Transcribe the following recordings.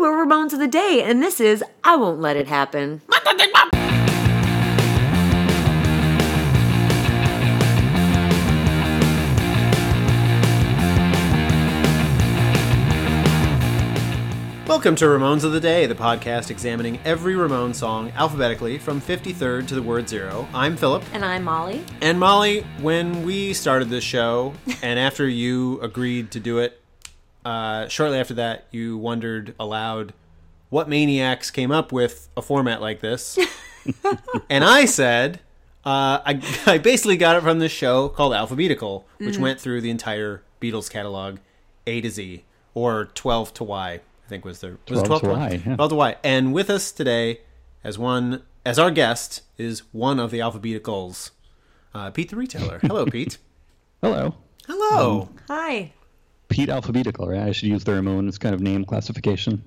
we're Ramones of the Day, and this is I Won't Let It Happen. Welcome to Ramones of the Day, the podcast examining every Ramones song alphabetically from 53rd to the word zero. I'm Philip. And I'm Molly. And Molly, when we started this show, and after you agreed to do it, uh, shortly after that, you wondered aloud what maniacs came up with a format like this. and I said, uh, I, I basically got it from this show called Alphabetical, which went through the entire Beatles catalog, A to Z, or 12 to Y, I think was their was it 12 12 to to Y. Y, yeah. 12 to Y. And with us today, as one as our guest, is one of the Alphabeticals, uh, Pete the Retailer. Hello, Pete. Hello. Hello. Hi. Pete alphabetical, right? I should use the Ramones kind of name classification.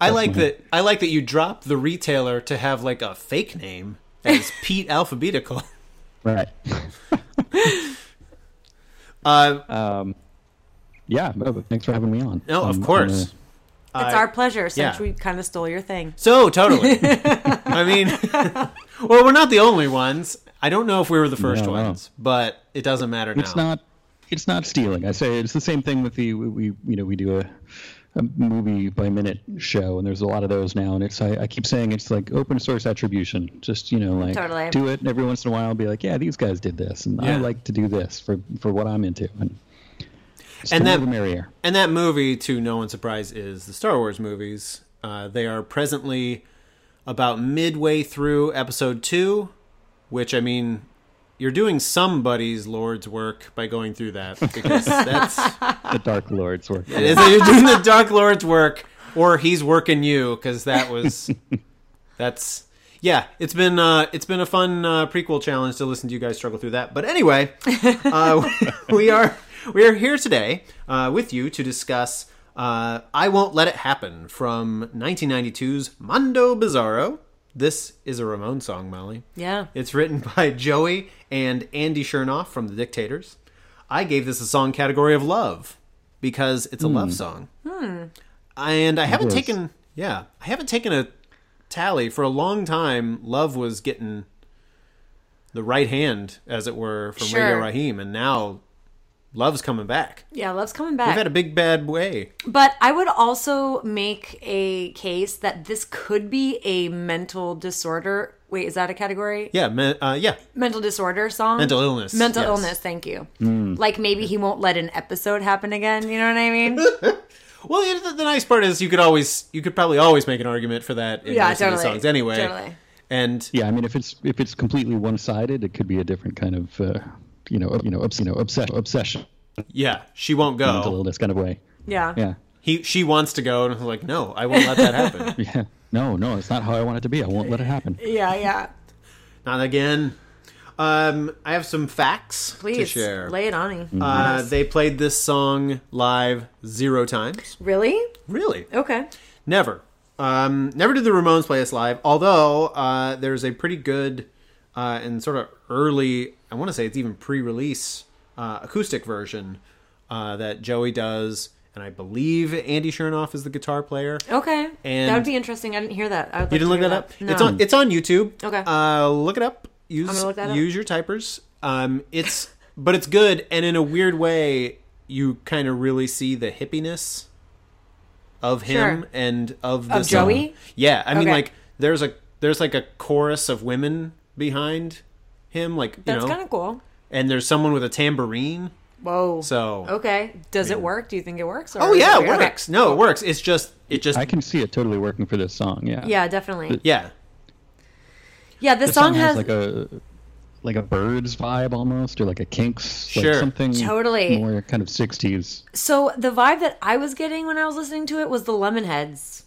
I like that. I like that you drop the retailer to have like a fake name as Pete Alphabetical. Right. Uh, Um, yeah, but- but thanks for having me on. no, Um, of I'm course. It's I- our pleasure since yeah. we kind of stole your thing. So totally. I mean, well, we're not the only ones. I don't know if we were the first No, no. ones, but it doesn't matter now. gonna- it's not. It's not stealing. I say it's the same thing with the we, we you know we do a, a movie by minute show and there's a lot of those now and it's I, I keep saying it's like open source attribution. Just you know like Totally. do it and every once in a while be like yeah these guys did this and I Yeah. like to do this for for what I'm into and it's And the more that- the merrier. And that movie, to no one's surprise, is the Star Wars movies. Uh, they are presently about midway through episode two, which I mean, you're doing somebody's Lord's work by going through that because that's The Dark Lords were. it is that you're doing the Dark Lord's work or he's working you because that was that's yeah. It's been uh, it's been a fun uh, prequel challenge to listen to you guys struggle through that. But anyway, uh, we are we are here today uh, with you to discuss. Uh, I won't let it happen from 1992's Mondo Bizarro. This is a Ramon song, Molly. Yeah. It's written by Joey and Andy Chernoff from The Dictators. I gave this a song category of love because it's a love song. Hmm. And I haven't Yes. taken yeah, I haven't taken a tally for a long time. Love was getting the right hand, as it were, from Sure. Radio Raheem, and now love's coming back. Yeah, love's coming I've had back. a big bad way. but I would also make a case that this could be a mental disorder. Wait, is that a category? Yeah, me, uh, yeah, Mental disorder song? mental illness. Mental yes. Mm. illness, thank you. Like maybe he won't let an episode happen again. You know what I mean? Well, yeah, the, the nice part is you could always, you could probably always make an argument for that in Yeah, most of the totally, songs anyway. totally. And Yeah, I mean, if it's if it's completely one sided, it could be a different kind of uh, you know you know obs- you know obsession obsession yeah, she won't mental go. illness kind of way. Yeah. Yeah, He, she wants to go, and I'm like, no, I won't let that happen. yeah. No, no, it's not how I want it to be. I won't let it happen. Yeah, yeah. Not again. Um, I have some facts to Please share. lay it on me. Uh, they played this song live zero times. really? Really? Okay. Never. Um, never did the Ramones play us live, although uh, there's a pretty good uh, and sort of early, I want to say it's even pre release uh, acoustic version uh, that Joey does. And I believe Andy Chernoff is the guitar player. Okay. And- that would be interesting. I didn't hear that. I would You didn't look like to that hear up? No. It's on it's on YouTube. Okay. Uh look it up. Use gonna look that up. use your typers. Um it's but it's good and in a weird way you kind of really see the hippiness of him Sure. and of the Of song. Joey? Yeah, I mean Okay. like there's a there's like a chorus of women behind him like you That's know kind of cool. and there's someone with a tambourine. Whoa. So Okay. Does it work? Do you think it works? or Oh is yeah, it weird? Okay. works. No, it works. It's just it just I can see it totally working for this song. Yeah, Yeah, definitely. yeah. Yeah, this The song song, has, has like a like a birds vibe almost, or like a Kinks, Sure. like something Totally. more kind of sixties. so the vibe that I was getting when I was listening to it was the Lemonheads,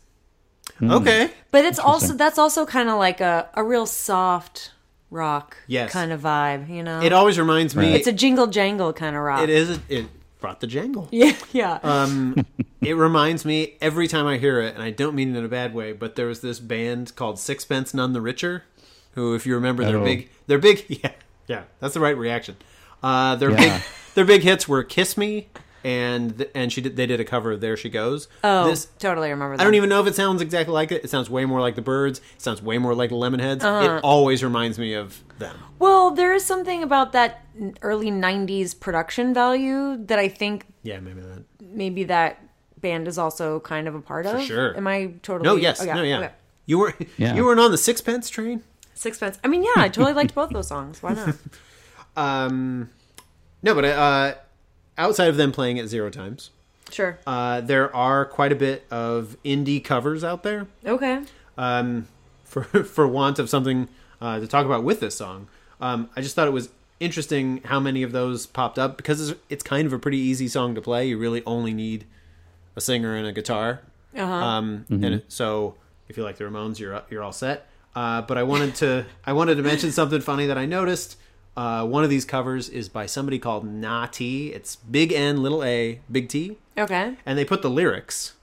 Okay. but it's also Interesting. that's also kind of like a a real soft rock Yes. kind of vibe. You know, It always reminds me it's a jingle jangle kind of rock. It is. It brought the jangle. Yeah, yeah. Um, it reminds me every time I hear it, and I don't mean it in a bad way, but there was this band called Sixpence None the Richer, who, if you remember, their Oh. big, their big, yeah, yeah, that's the right reaction. Uh, their Yeah. big, their big hits were "Kiss Me" and th- and she did, they did a cover of There She Goes. Oh, This- totally remember that. I don't even know if it sounds exactly like it. It sounds way more like the Birds. It sounds way more like the Lemonheads. Uh-huh. It always reminds me of them. Well, there is something about that early 90s production value that I think Yeah, maybe that. maybe that band is also kind of a part of. sure. Am I totally? No, yes, okay, no, yeah. okay. You were Yeah. you weren't on the Sixpence train. Sixpence. I mean, yeah, I totally liked both those songs. Why not? Um, no, but uh, outside of them playing at zero times, Sure. uh, there are quite a bit of indie covers out there. Okay. um, for for want of something uh, to talk about with this song. Um, I just thought it was interesting how many of those popped up because it's, it's kind of a pretty easy song to play. You really only need a singer and a guitar. Um, And it- so if you like the Ramones, you're you're all set. Uh, but I wanted to I wanted to mention something funny that I noticed. Uh, one of these covers is by somebody called Nati. It's big N, little A, big T Okay. and they put the lyrics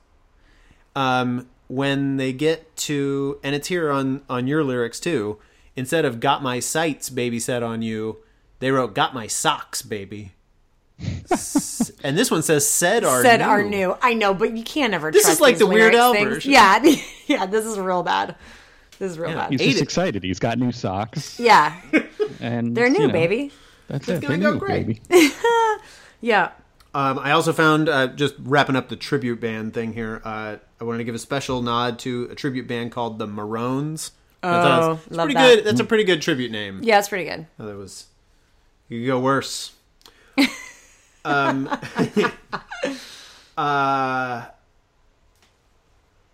um when they get to and it's here on on your lyrics too instead of got my sights baby set on you they wrote got my socks baby S- and this one says said are Said new. are new. I know, but you can't ever. This trust is like these the Weird lyrics Al things. version. Yeah. yeah. This is real bad. This is real Yeah. bad. He's Ate just it. excited. He's got new socks, Yeah. and They're new, you know, baby. That's it. gonna They're go new, great. baby. Yeah. Um, I also found uh, just wrapping up the tribute band thing here. Uh, I wanted to give a special nod to a tribute band called the Maroons. I thought Oh, it's- it's love pretty that. good. That's a pretty good tribute name. Yeah. It's pretty good. Oh, that was you could go worse. um, uh,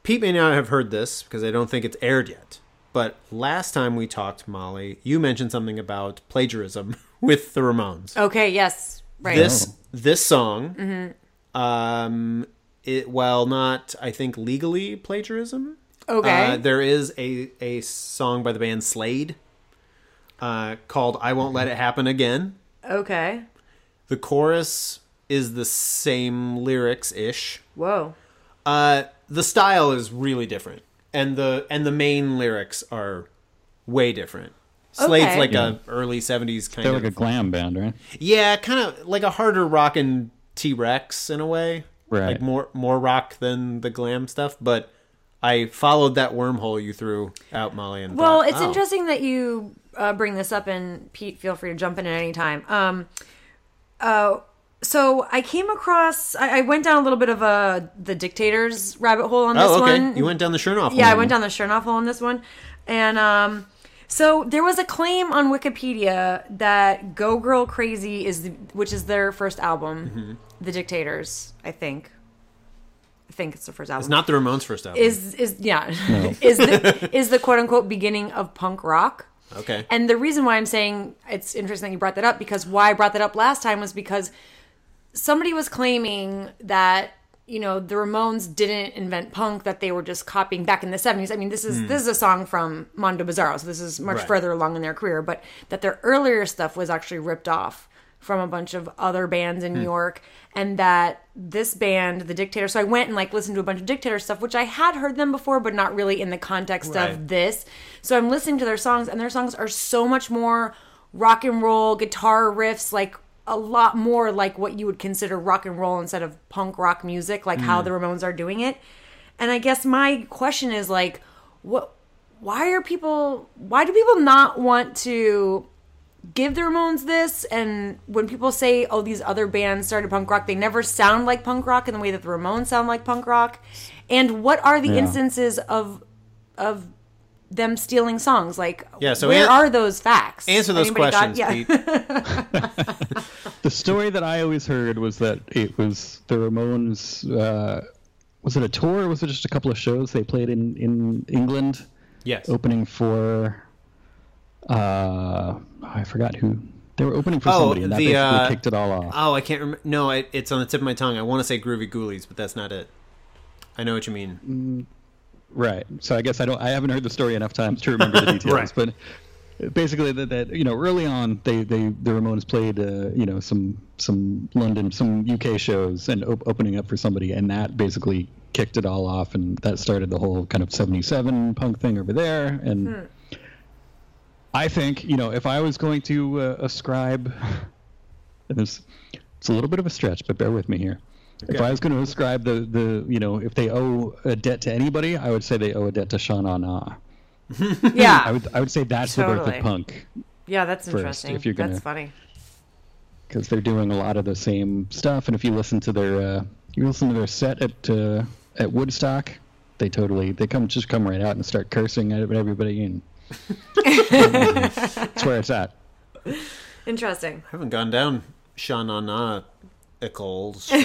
Pete may not have heard this because I don't think it's aired yet. But last time we talked, Molly, you mentioned something about plagiarism with the Ramones. Okay. Yes. Right. This this song, um, it while not I think legally plagiarism, okay. uh, there is a a song by the band Slade uh, called "I Won't Let It Happen Again." okay. The chorus is the same lyrics ish. Whoa. Uh, the style is really different, and the and the main lyrics are way different. Slade's Okay. like a early '70s kind They're of like a glam band, right? yeah, kind of like a harder rockin' T Rex in a way, Right. Like more more rock than the glam stuff, but. I followed that wormhole you threw out, Molly. And Well, thought, it's "Oh." interesting that you uh, bring this up, and Pete, feel free to jump in at any time. Um, uh, so I came across, I, I went down a little bit of a the dictators rabbit hole on this Oh, okay. one. You went down the Chernoff. yeah, I line. went down the Chernoff hole on this one, and um, so there was a claim on Wikipedia that "Go Girl Crazy" is, the, which is their first album, Mm-hmm. the Dictators, I think. I think it's the first album It's not the Ramones' first album. is is yeah is the, is the quote unquote beginning of punk rock. okay. And the reason why I'm saying it's interesting that you brought that up because why I brought that up last time was because somebody was claiming that you know the Ramones didn't invent punk that they were just copying back in the 70s. I mean this is this is a song from Mondo Bizarro, so this is much Right. further along in their career, but that their earlier stuff was actually ripped off from a bunch of other bands in New York and that this band the dictator so i went and like listened to a bunch of dictator stuff which i had heard them before but not really in the context of Right. this so i'm listening to their songs and their songs are so much more rock and roll guitar riffs like a lot more like what you would consider rock and roll instead of punk rock music like how the ramones are doing it and i guess my question is like what why are people why do people not want to give the Ramones this, and when people say, "Oh, these other bands started punk rock," they never sound like punk rock in the way that the Ramones sound like punk rock. And what are the Yeah. instances of of them stealing songs? Like, Yeah, so where an- are those facts? Answer those Anybody got- questions, Pete. The story that I always heard was that it was the Ramones. Uh, was it a tour? or Was it just a couple of shows they played in in England? Yes. opening for uh I forgot who they were opening for Oh, somebody and that the, basically uh, kicked it all off. Oh, I can't remember. No, I, it's on the tip of my tongue. I want to say Groovy Ghoulies, but that's not it. I know what you Mm. mean. Right. So I guess I don't I haven't heard the story enough times to remember the details, Right. but basically that, that you know early on they they the Ramones played uh, you know some some London some UK shows and op- opening up for somebody and that basically kicked it all off and that started the whole kind of 77 punk thing over there and I think you know if I was going to uh, ascribe and this It's a little bit of a stretch, but bear with me here. If Okay. I was going to ascribe the, the, you know, if they owe a debt to anybody, I would say they owe a debt to Sha Na Na. I Yeah. would, I would say that's the birth Totally. of punk Yeah, that's First, interesting. if you're gonna- That's funny. because they're doing a lot of the same stuff. And if you listen to their, uh, you listen to their set at uh, at Woodstock, they totally they come just come right out and start cursing at everybody, and that's where it's at. Interesting. I haven't gone down Shanana Eccles.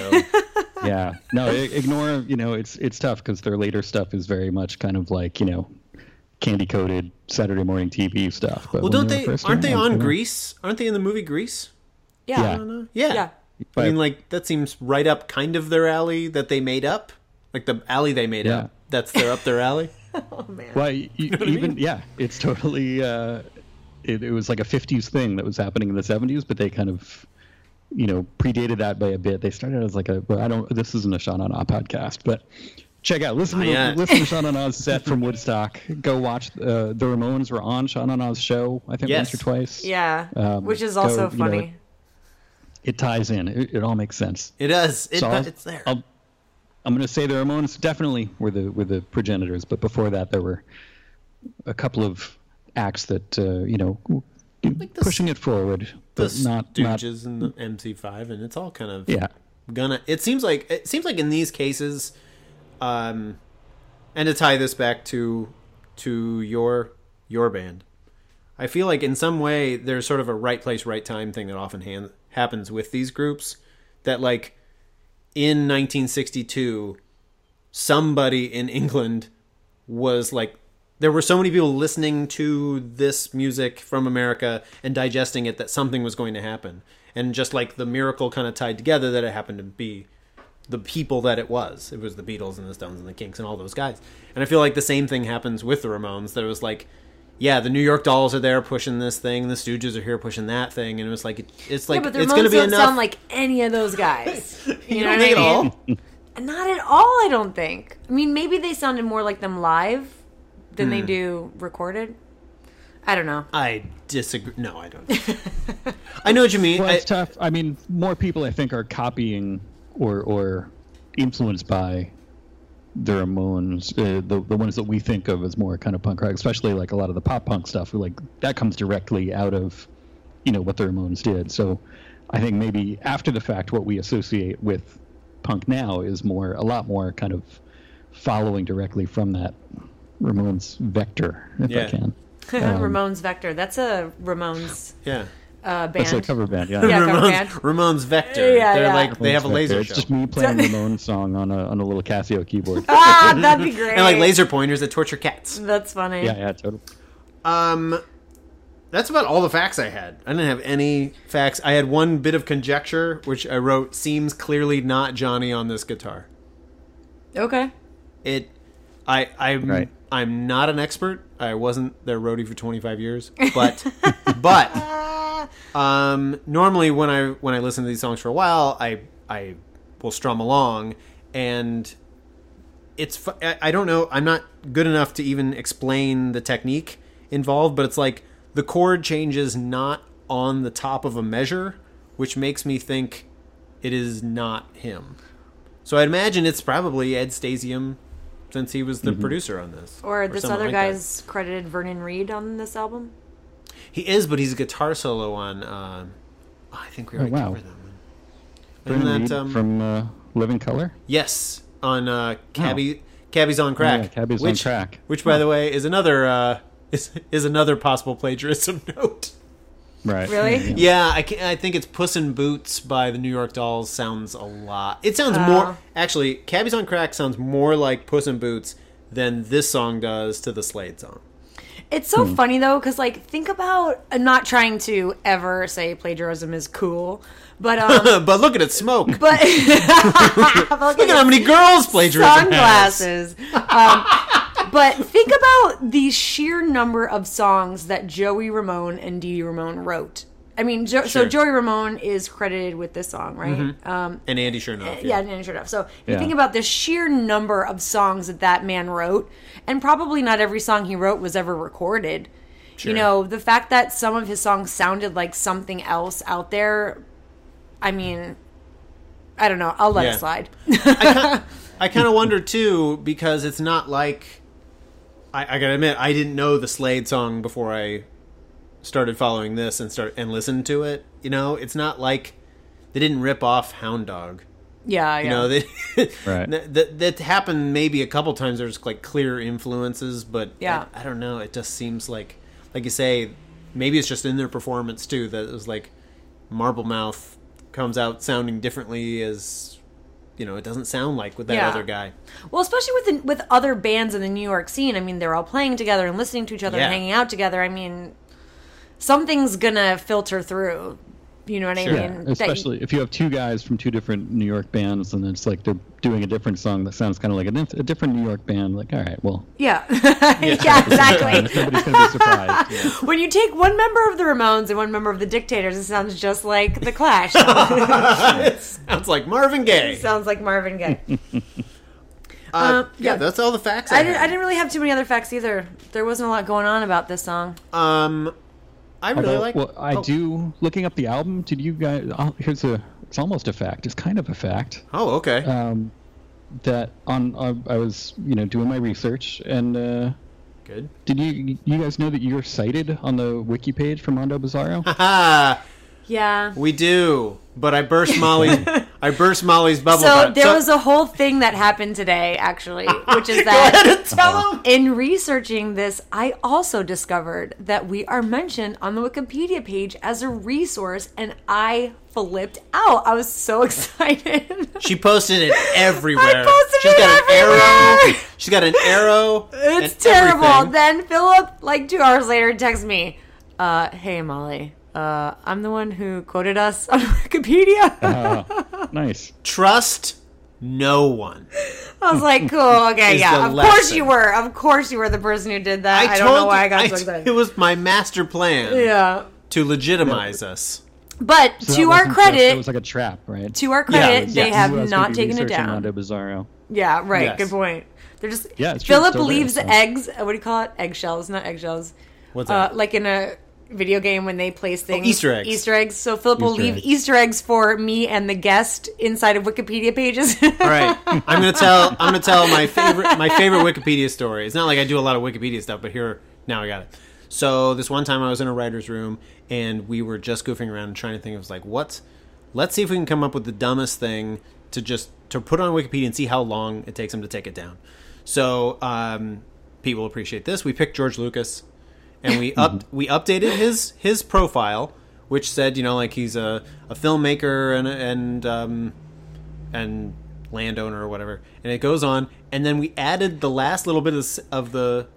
So. yeah no i- ignore you know it's it's tough because their later stuff is very much kind of like you know candy coated saturday morning tv stuff but well, when don't were they? first Aren't they around, on you know, Grease? Aren't they in the movie Grease? Yeah. Yeah. Shanana? Yeah. Yeah. I But- mean, like that seems right up kind of their alley that they made up, like the alley they made Yeah. up. That's their up their alley. why you, e-, even yeah it's totally uh it, it was like a 50s thing that was happening in the 70s but they kind of you know predated that by a bit they started as like a well, i don't this isn't a sean on podcast but check out listen to, Not yet. listen to sean on set from woodstock go watch uh, the ramones were on sean on show i think Yes. once or twice Yeah. Um, Which is go, also you know, funny. it ties in. It, it all makes sense. It does. It, So I'll- it's there. I'll, I'm going to say the Ramones definitely were the were the progenitors, but before that there were a couple of acts that uh, you know the pushing it forward, the but not not Stooges and the MC5, and it's all kind of yeah gonna. It seems like it seems like in these cases, um, and to tie this back to to your your band, I feel like in some way there's sort of a right place, right time thing that often han happens with these groups. That like in 1962, somebody in England was like there were so many people listening to this music from America and digesting it that something was going to happen. And just like the miracle kind of tied together that it happened to be the people that it was. It was the Beatles and the Stones and the Kinks and all those guys. And I feel like the same thing happens with the Ramones. That it was like, yeah, the New York Dolls are there pushing this thing, the Stooges are here pushing that thing, and it was like it, it's like yeah, but the it's Ramones going to be don't enough. sound like any of those guys. You, you know don't what think I at mean? all. Not at all, I don't think. I mean, maybe they sounded more like them live than Hmm. they do recorded. I don't know. I disagree. No, I don't. I know what you mean. Well, I- it's tough. I mean, more people I think are copying or or influenced by the Ramones, uh, the the ones that we think of as more kind of punk rock, especially like a lot of the pop punk stuff. Like that comes directly out of you know what the Ramones did. So I think maybe after the fact, what we associate with punk now is more a lot more kind of following directly from that Ramones vector, if Yeah. I can. Um, Ramones Vector. That's a Ramones yeah. uh, band. That's a cover band, Yeah, cover Ramon's, band. Ramon's Vector. Yeah, They're yeah. like they have a laser It's show. just me playing Ramone's song on a on a little Casio keyboard. ah, that'd be great. and like laser pointers that torture cats. That's funny. yeah, yeah, totally. Um, that's about all the facts I had. I didn't have any facts. I had one bit of conjecture, which I wrote seems clearly not Johnny on this guitar. Okay. It, I, I'm, Right. I'm not an expert. I wasn't their roadie for 25 years, but, but Um, normally when I when I listen to these songs for a while, I I will strum along, and it's fu- I I don't know I'm not good enough to even explain the technique involved, but it's like the chord changes not on the top of a measure, which makes me think it is not him. So I'd imagine it's probably Ed Stasium, since he was the Mm-hmm. producer on this, Or, this someone other like that. guy's credited Vernon Reed on this album. He is, but he's a guitar solo on. Uh, I think we already Oh, wow. covered that one. Vernon Isn't Reid that, um, from uh, Living Color. yes, on uh, Cabby Cabby's on crack. Yeah, Cabby's on which, Crack. Which, by the way, is another uh, is is another possible plagiarism note. Right. Really? Yeah, I, can, I think it's Puss in Boots by the New York Dolls sounds a lot. It sounds Oh. more actually. Cabby's on crack sounds more like Puss in Boots than this song does to the Slade song. It's so Hmm. funny though, because like think about. I'm not trying to ever say plagiarism is cool, but um, but look at it smoke. Look but look at how many girls plagiarism has. sunglasses. Um, but think about the sheer number of songs that Joey Ramone and Dee Dee Ramone wrote. I mean, jo- Sure. Mm-hmm. so Joey Ramone is credited with this song, right? Um, And Andy sure enough. yeah, and sure enough. So if you Yeah. think about the sheer number of songs that that man wrote, and probably not every song he wrote was ever recorded. Sure. You know, the fact that some of his songs sounded like something else out there I mean, I don't know. I'll let Yeah. it slide. I kind of wonder too because it's not like I, I gotta admit I didn't know the Slade song before I started following this and start and listened to it. You know, it's not like they didn't rip off Hound Dog. yeah, yeah. You know, they Right. that, that that happened maybe a couple times. There's like clear influences, but Yeah. I, I don't know. It just seems like like you say, maybe it's just in their performance too that it was like Marble Mouth comes out sounding differently as you know it doesn't sound like with that Yeah. other guy. Well, especially with the, with other bands in the New York scene. I mean, they're all playing together and listening to each other and Yeah. hanging out together. I mean, something's gonna filter through. You know what Sure. I Yeah, mean? That- especially if you have two guys from two different New York bands, and it's like they're doing a different song that sounds kind of like a, dif- a different New York band. Like, all right, well, yeah. yeah, exactly. nobody's gonna be surprised. Yeah. when you take one member of the Ramones and one member of the Dictators, it sounds just like the Clash. it it sounds like Marvin Gaye. sounds like Marvin Gaye. Uh, Um, yeah, yeah. that's all the facts. I, I didn't, I had. didn't really have too many other facts either. There wasn't a lot going on about this song. um, I really Although, like. well, I oh, do. Looking up the album, did you guys? Oh, here's a. It's almost a fact. It's kind of a fact. Oh, okay. Um, that on uh, I was you know doing my research, and uh, Good. did you you guys know that you're cited on the wiki page for Mondo Bizarro? Ah, Yeah. we do. But I burst Molly's. I burst Molly's bubble. So about- there was a whole thing that happened today, actually, which is Go ahead that and tell him. in researching this, I also discovered that we are mentioned on the Wikipedia page as a resource, and I flipped out. I was so excited. She posted it everywhere. I posted She's it got an arrow. everywhere. She's got an arrow. It's and terrible. everything. Then Philip, like two hours later, texts me, uh, "Hey Molly, uh, I'm the one who quoted us on Wikipedia." nice. Trust no one. I was like, "Cool, okay, Is yeah, the of lesson. course you were. Of course you were the person who did that. I, don't know why I got so It excited." was my master plan Yeah, to legitimize us. but So that to our wasn't just- credit, it was like a trap, right? to our credit, was- they yes. have Who else would not be taken it researching down. Mondo Bizarro. Yeah, right. Yes. Good point. They're just Yeah, it's true, Philip it's still there, leaves so. eggs. uh, What do you call it? Eggshells, not eggshells. What's Uh, that? like in a video game when they place things Oh, Easter eggs. Easter eggs. So Philip will Easter leave eggs. Easter eggs for me and the guest inside of Wikipedia pages. All right, I'm gonna tell. I'm gonna tell my favorite my favorite Wikipedia story. It's not like I do a lot of Wikipedia stuff, but here now I got it. So this one time I was in a writer's room and we were just goofing around and trying to think. It was like, what? Let's see if we can come up with the dumbest thing to just to put on Wikipedia and see how long it takes them to take it down. So um, Pete will appreciate this. We picked George Lucas and we up we updated his his profile, which said you know like he's a, a filmmaker and and um, and landowner or whatever. And it goes on, and then we added the last little bit of, s- of the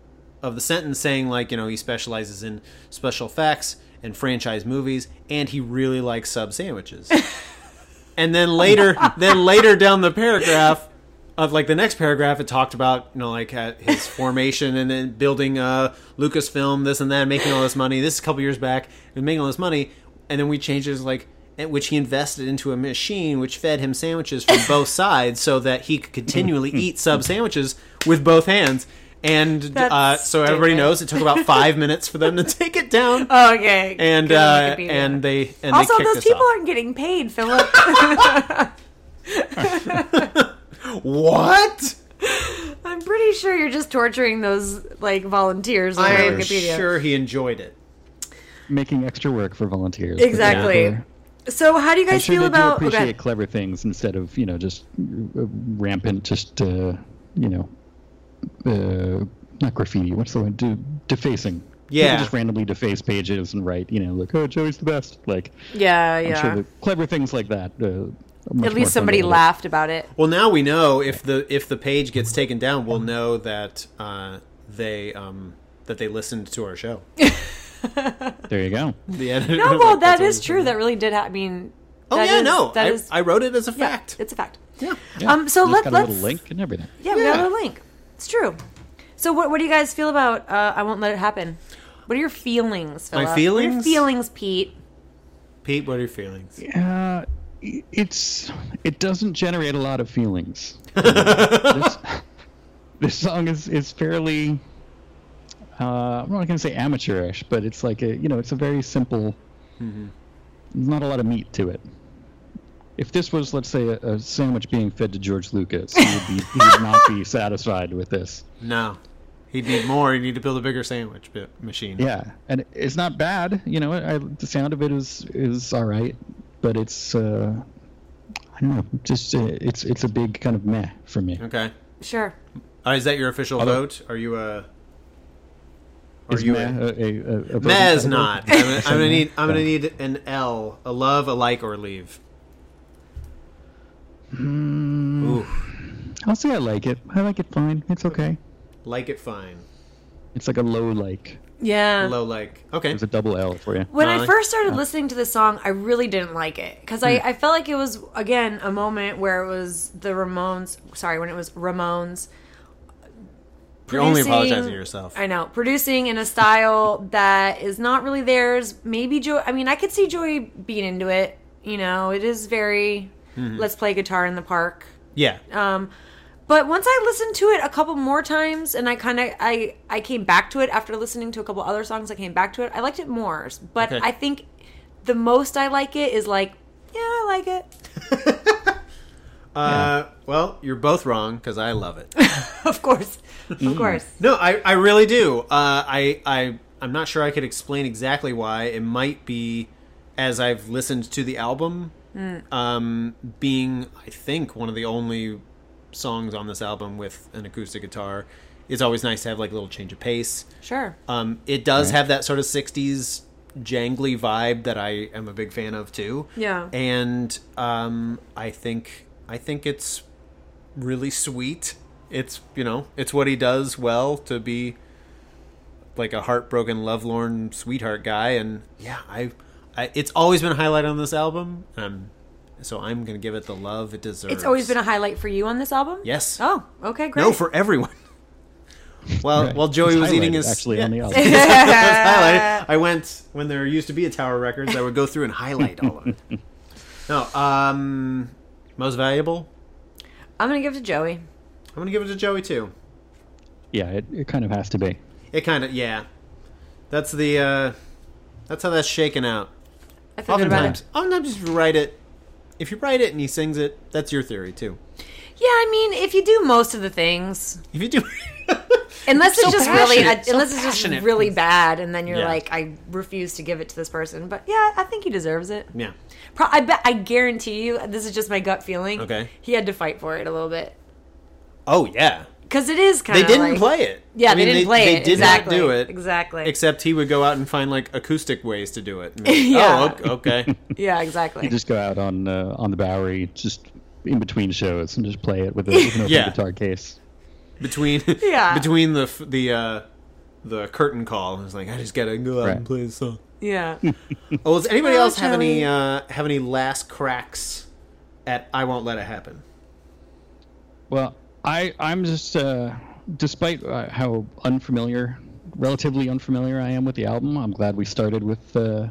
of the sentence saying like you know he specializes in special effects and franchise movies, and he really likes sub sandwiches. and then later, then later down the paragraph. Of like the next paragraph, it talked about you know like uh, his formation and then building uh, Lucasfilm, this and that, making all this money. This is a couple years back, and making all this money, and then we changed it as like at which he invested into a machine which fed him sandwiches from both sides so that he could continually eat sub sandwiches with both hands. And uh, That's so everybody stupid. knows it took about five minutes for them to take it down, okay. and Go to uh, Wikipedia. and they and also they kicked those us people off. aren't getting paid, Philip. what? I'm pretty sure you're just torturing those like volunteers on I'm Wikipedia. sure he enjoyed it. Making extra work for volunteers. Exactly. Yeah. So how do you guys I'm sure feel they about? do okay. appreciate clever things instead of you know just uh, rampant, just uh, you know, uh, not graffiti. What's the word? De- defacing. Yeah. People just randomly deface pages and write, you know, like, oh, Joey's the best. Like, Yeah, I'm yeah. sure that clever things like that. Uh, are much At more fun least somebody to- laughed about it. Well, now we know if the if the page gets taken down, we'll know that uh, they um, that they listened to our show. There you go. The editor, No, like, Oh, well, that that's is always- true. That really did happen. I mean, Oh that yeah, is- no, that I, is- I wrote it as a fact. it's a fact. Yeah. Yeah. Um, so And let- it's got a little let's- link and everything. Yeah, we got a Yeah. little link. It's true. So, what, what do you guys feel about uh, I Won't Let It Happen? What are your feelings, Philip? What are your feelings? feelings, Pete? Pete, what are your feelings? Uh, i- it's it doesn't generate a lot of feelings. this, this song is is fairly. Uh, I'm not gonna say amateurish, Mm-hmm. but it's like a you know it's a very simple. There's not a lot of meat to it. if this was, let's say, a, a sandwich being fed to George Lucas, he would, be, he would not be satisfied with this. No. He'd need more. He'd need to build a bigger sandwich bi- machine. Yeah, and it's not bad. You know, I, the sound of it is is all right, but it's uh, I don't know, just uh, it's it's a big kind of meh for me. Okay. Sure. Uh, is that your official Although- vote? Are you a. Are Is you meh a. a, a, a, a Meh is voting not. category? I'm gonna, I'm gonna need. I'm gonna Yeah. need an L. A love, a like, or leave. Hmm. Ooh, I'll say I like it. I like it fine. It's okay. like it fine. It's like a low like. Yeah. Low like. Okay. There's a double L for you. When I Molly? first started listening to this song, I really didn't like it because I, I felt like it was again a moment where it was the Ramones. Sorry, when it was Ramones. You're only producing- apologizing to yourself. I know producing in a style that is not really theirs. Maybe Joy. I mean, I could see Joy being into it. You know, it is very let's play guitar in the park Yeah. um, but once I listened to it a couple more times, and I kind of I I came back to it after listening to a couple other songs. I came back to it. I liked it more, but Okay. I think the most I like it is like yeah, I like it. Uh, well, you're both wrong because I love it. of course, Mm. of course. No, I, I really do. Uh, I, I, I'm not sure I could explain exactly why. It might be as I've listened to the album, um, being, I think, one of the only songs on this album with an acoustic guitar. It's always nice to have like a little change of pace. Sure. Um, it does have that sort of 60s jangly vibe that I am a big fan of too. Yeah. And um, I think I think it's really sweet. It's, you know, it's what he does well to be like a heartbroken lovelorn sweetheart guy and yeah, I, I it's always been a highlight on this album. Um so I'm going to give it the love it deserves. It's always been a highlight for you on this album. Yes. Oh, okay, great. No for everyone. Well, Right. while Joey It's was eating highlighted, his actually Yeah. on the album. That's Uh, highlighted. I went when there used to be a Tower Records. I would go through and highlight all of it. No, um, most valuable. I'm gonna give it to Joey. I'm gonna give it to Joey too. yeah, it, it kind of has to be. It kind of yeah. That's the uh, that's how that's shaken out. I feel good about it. Oftentimes, oftentimes if you write it, if you write it and he sings it, that's your theory too. Yeah, I mean, if you do most of the things, If you do, unless So it's just really passionate, so unless it's just passionate. really bad, and then you're Yeah. like, I refuse to give it to this person. But yeah, I think he deserves it. yeah, Pro- I bet I guarantee you this is just my gut feeling. Okay. He had to fight for it a little bit oh yeah, cuz it is kind they of didn't like, play it. Yeah, I mean, they didn't play it. They did exactly. not do it. Exactly. Except he would go out and find like acoustic ways to do it. And be Yeah. like, Oh, o- okay. yeah, exactly. You just go out on uh, on the Bowery, just in between shows, and just play it with, a, with an open Yeah. guitar case. between Yeah. between the f- the uh, the curtain call. I was like, I just gotta go out and Right. play this song. yeah. Oh, does anybody Oh, else have Joey. any uh, have any last cracks at I won't let it happen? Well, I I'm just uh, despite uh, how unfamiliar, relatively unfamiliar I am with the album, I'm glad we started with uh,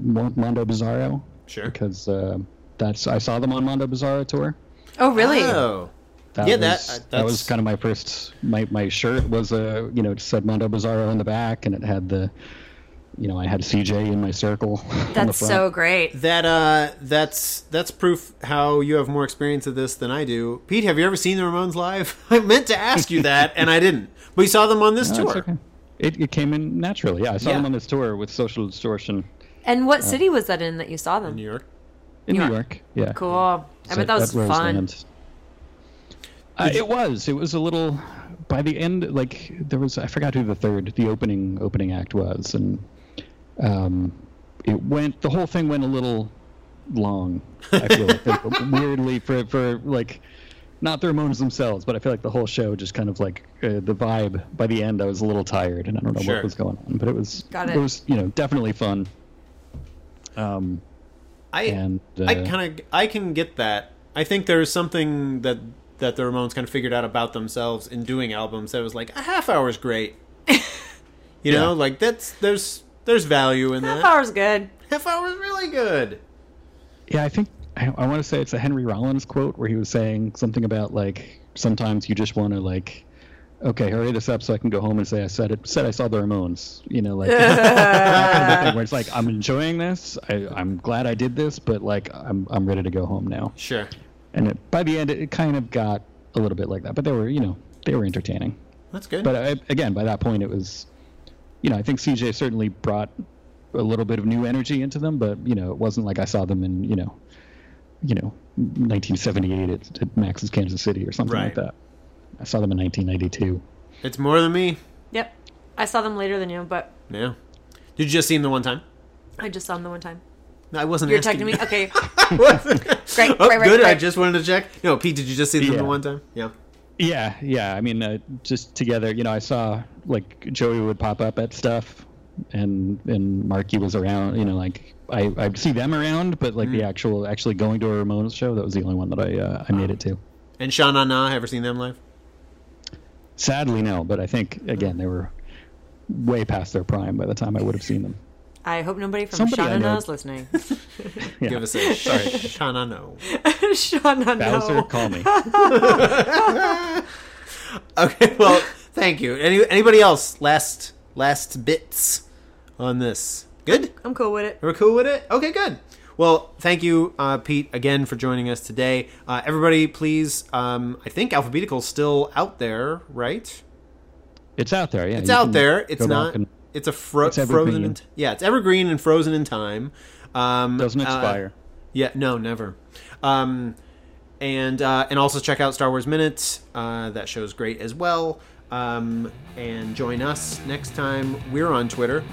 Mon- Mondo Bizarro Sure. because uh, that's I saw them on Mondo Bizarro tour. Oh, really? Oh, That Yeah, was, that- uh, that was that's- kind of my first. My, my shirt was a you know it said Mondo Bizarro on the back, and it had the, you know I had CJ in my circle. on the That's so front. great. that uh, that's that's proof how you have more experience of this than I do. Pete, have you ever seen the Ramones live? I meant to ask you that, and I didn't. But you saw them on this No, tour. it's okay. It, it came in naturally. Yeah, I saw Yeah. them on this tour with Social Distortion And what city was that in that you saw them? New York. in New New York. York. Yeah. Cool. I bet that was fun. Uh, it was. It was a little. By the end, like there was, I forgot who the third, the opening opening act was, and um, it went. The whole thing went a little long. I feel like, weirdly for for like not the Ramones themselves, but I feel like the whole show just kind of like uh, the vibe. By the end, I was a little tired, and I don't know Sure. what was going on, but it was Got it. it was you know definitely fun. Um, I and uh, I kind of I can get that. I think there's something that that the Ramones kind of figured out about themselves in doing albums that was like a half hour's great. you know, like that's there's there's value in Half that. hour's good. Half hour's really good. Yeah, I think I, I want to say it's a Henry Rollins quote where he was saying something about like sometimes you just want to like okay, hurry this up so I can go home and say I said it. Said I saw the Ramones. You know, like that kind of thing where it's like I'm enjoying this. I, I'm glad I did this, but like I'm I'm ready to go home now. Sure. And it, by the end, it, it kind of got a little bit like that. But they were, you know, they were entertaining. That's good. But uh, I, again, by that point, it was, you know, I think CJ certainly brought a little bit of new energy into them. But you know, it wasn't like I saw them in you know, you know, 1978 at, at Max's Kansas City or something like Right. that. I saw them in 1992. it's more than me. Yep. I saw them later than you, but Yeah. Did you just see him the one time? I just saw them the one time. No, I wasn't. You're asking texting me? you. Okay. What? Great, Oh, right, right, good. I right. just wanted to check. No, Pete, did you just see them Yeah. the one time? Yeah. Yeah, yeah. I mean, uh, just together. You know, I saw like Joey would pop up at stuff, and and Marky was around. You know, like I I'd see them around, but like the actual actually going to a Ramones show that was the only one that I uh, I made it to. And Sha Na Na, ever seen them live? Sadly, no. But I think again they were way past their prime by the time I would have seen them. I hope nobody from Somebody I Shauna know. is listening. Yeah. Give us a sorry, Sha Na No. Shauna Bowser, no. call me. Okay. Well, thank you. Any anybody else? Last last bits on this. Good. I'm cool with it. We're cool with it? Okay, good. Well, thank you, uh, Pete, again for joining us today. Uh, everybody, please, um, I think Alphabetical's still out there, right? It's out there. Yeah, It's you out can there. It's go back not. and It's a fro- It's evergreen. frozen. In t- yeah, it's evergreen and frozen in time. Um, doesn't uh, expire. yeah, no, never. Um, and uh, and also check out Star Wars Minute. Uh, that show's great as well. Um, and join us next time we're on Twitter.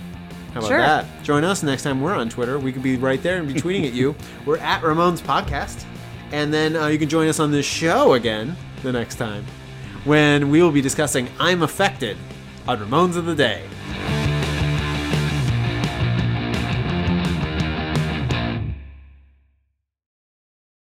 How about Sure. that? Join us next time we're on Twitter. We could be right there and be tweeting at you. We're at Ramones Podcast, and then uh, you can join us on this show again the next time when we will be discussing "I'm Affected" on Ramones of the Day.